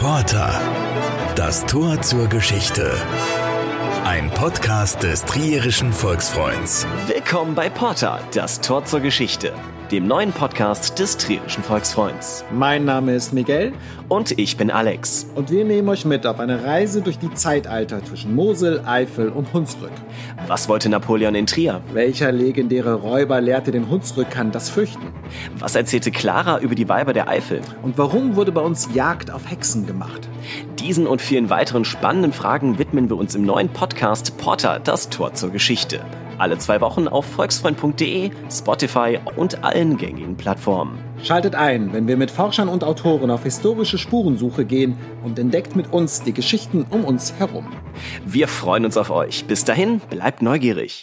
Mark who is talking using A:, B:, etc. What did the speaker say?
A: Porta. Das Tor zur Geschichte. Ein Podcast des Trierischen Volksfreunds.
B: Willkommen bei Porta, das Tor zur Geschichte, dem neuen Podcast des Trierischen Volksfreunds.
C: Mein Name ist Miguel
B: Und ich bin Alex.
C: und wir nehmen euch mit auf eine Reise durch die Zeitalter zwischen Mosel, Eifel und Hunsrück.
B: Was wollte Napoleon in Trier?
C: Welcher legendäre Räuber lehrte den Hunsrückern das Fürchten?
B: Was erzählte Clara über die Weiber der Eifel?
C: Und warum wurde bei uns Jagd auf Hexen gemacht?
B: Diesen und vielen weiteren spannenden Fragen widmen wir uns im neuen Podcast Porta, das Tor zur Geschichte. Alle zwei Wochen auf volksfreund.de, Spotify und allen gängigen Plattformen.
C: Schaltet ein, wenn wir mit Forschern und Autoren auf historische Spurensuche gehen und entdeckt mit uns die Geschichten um uns herum.
B: Wir freuen uns auf euch. Bis dahin, bleibt neugierig.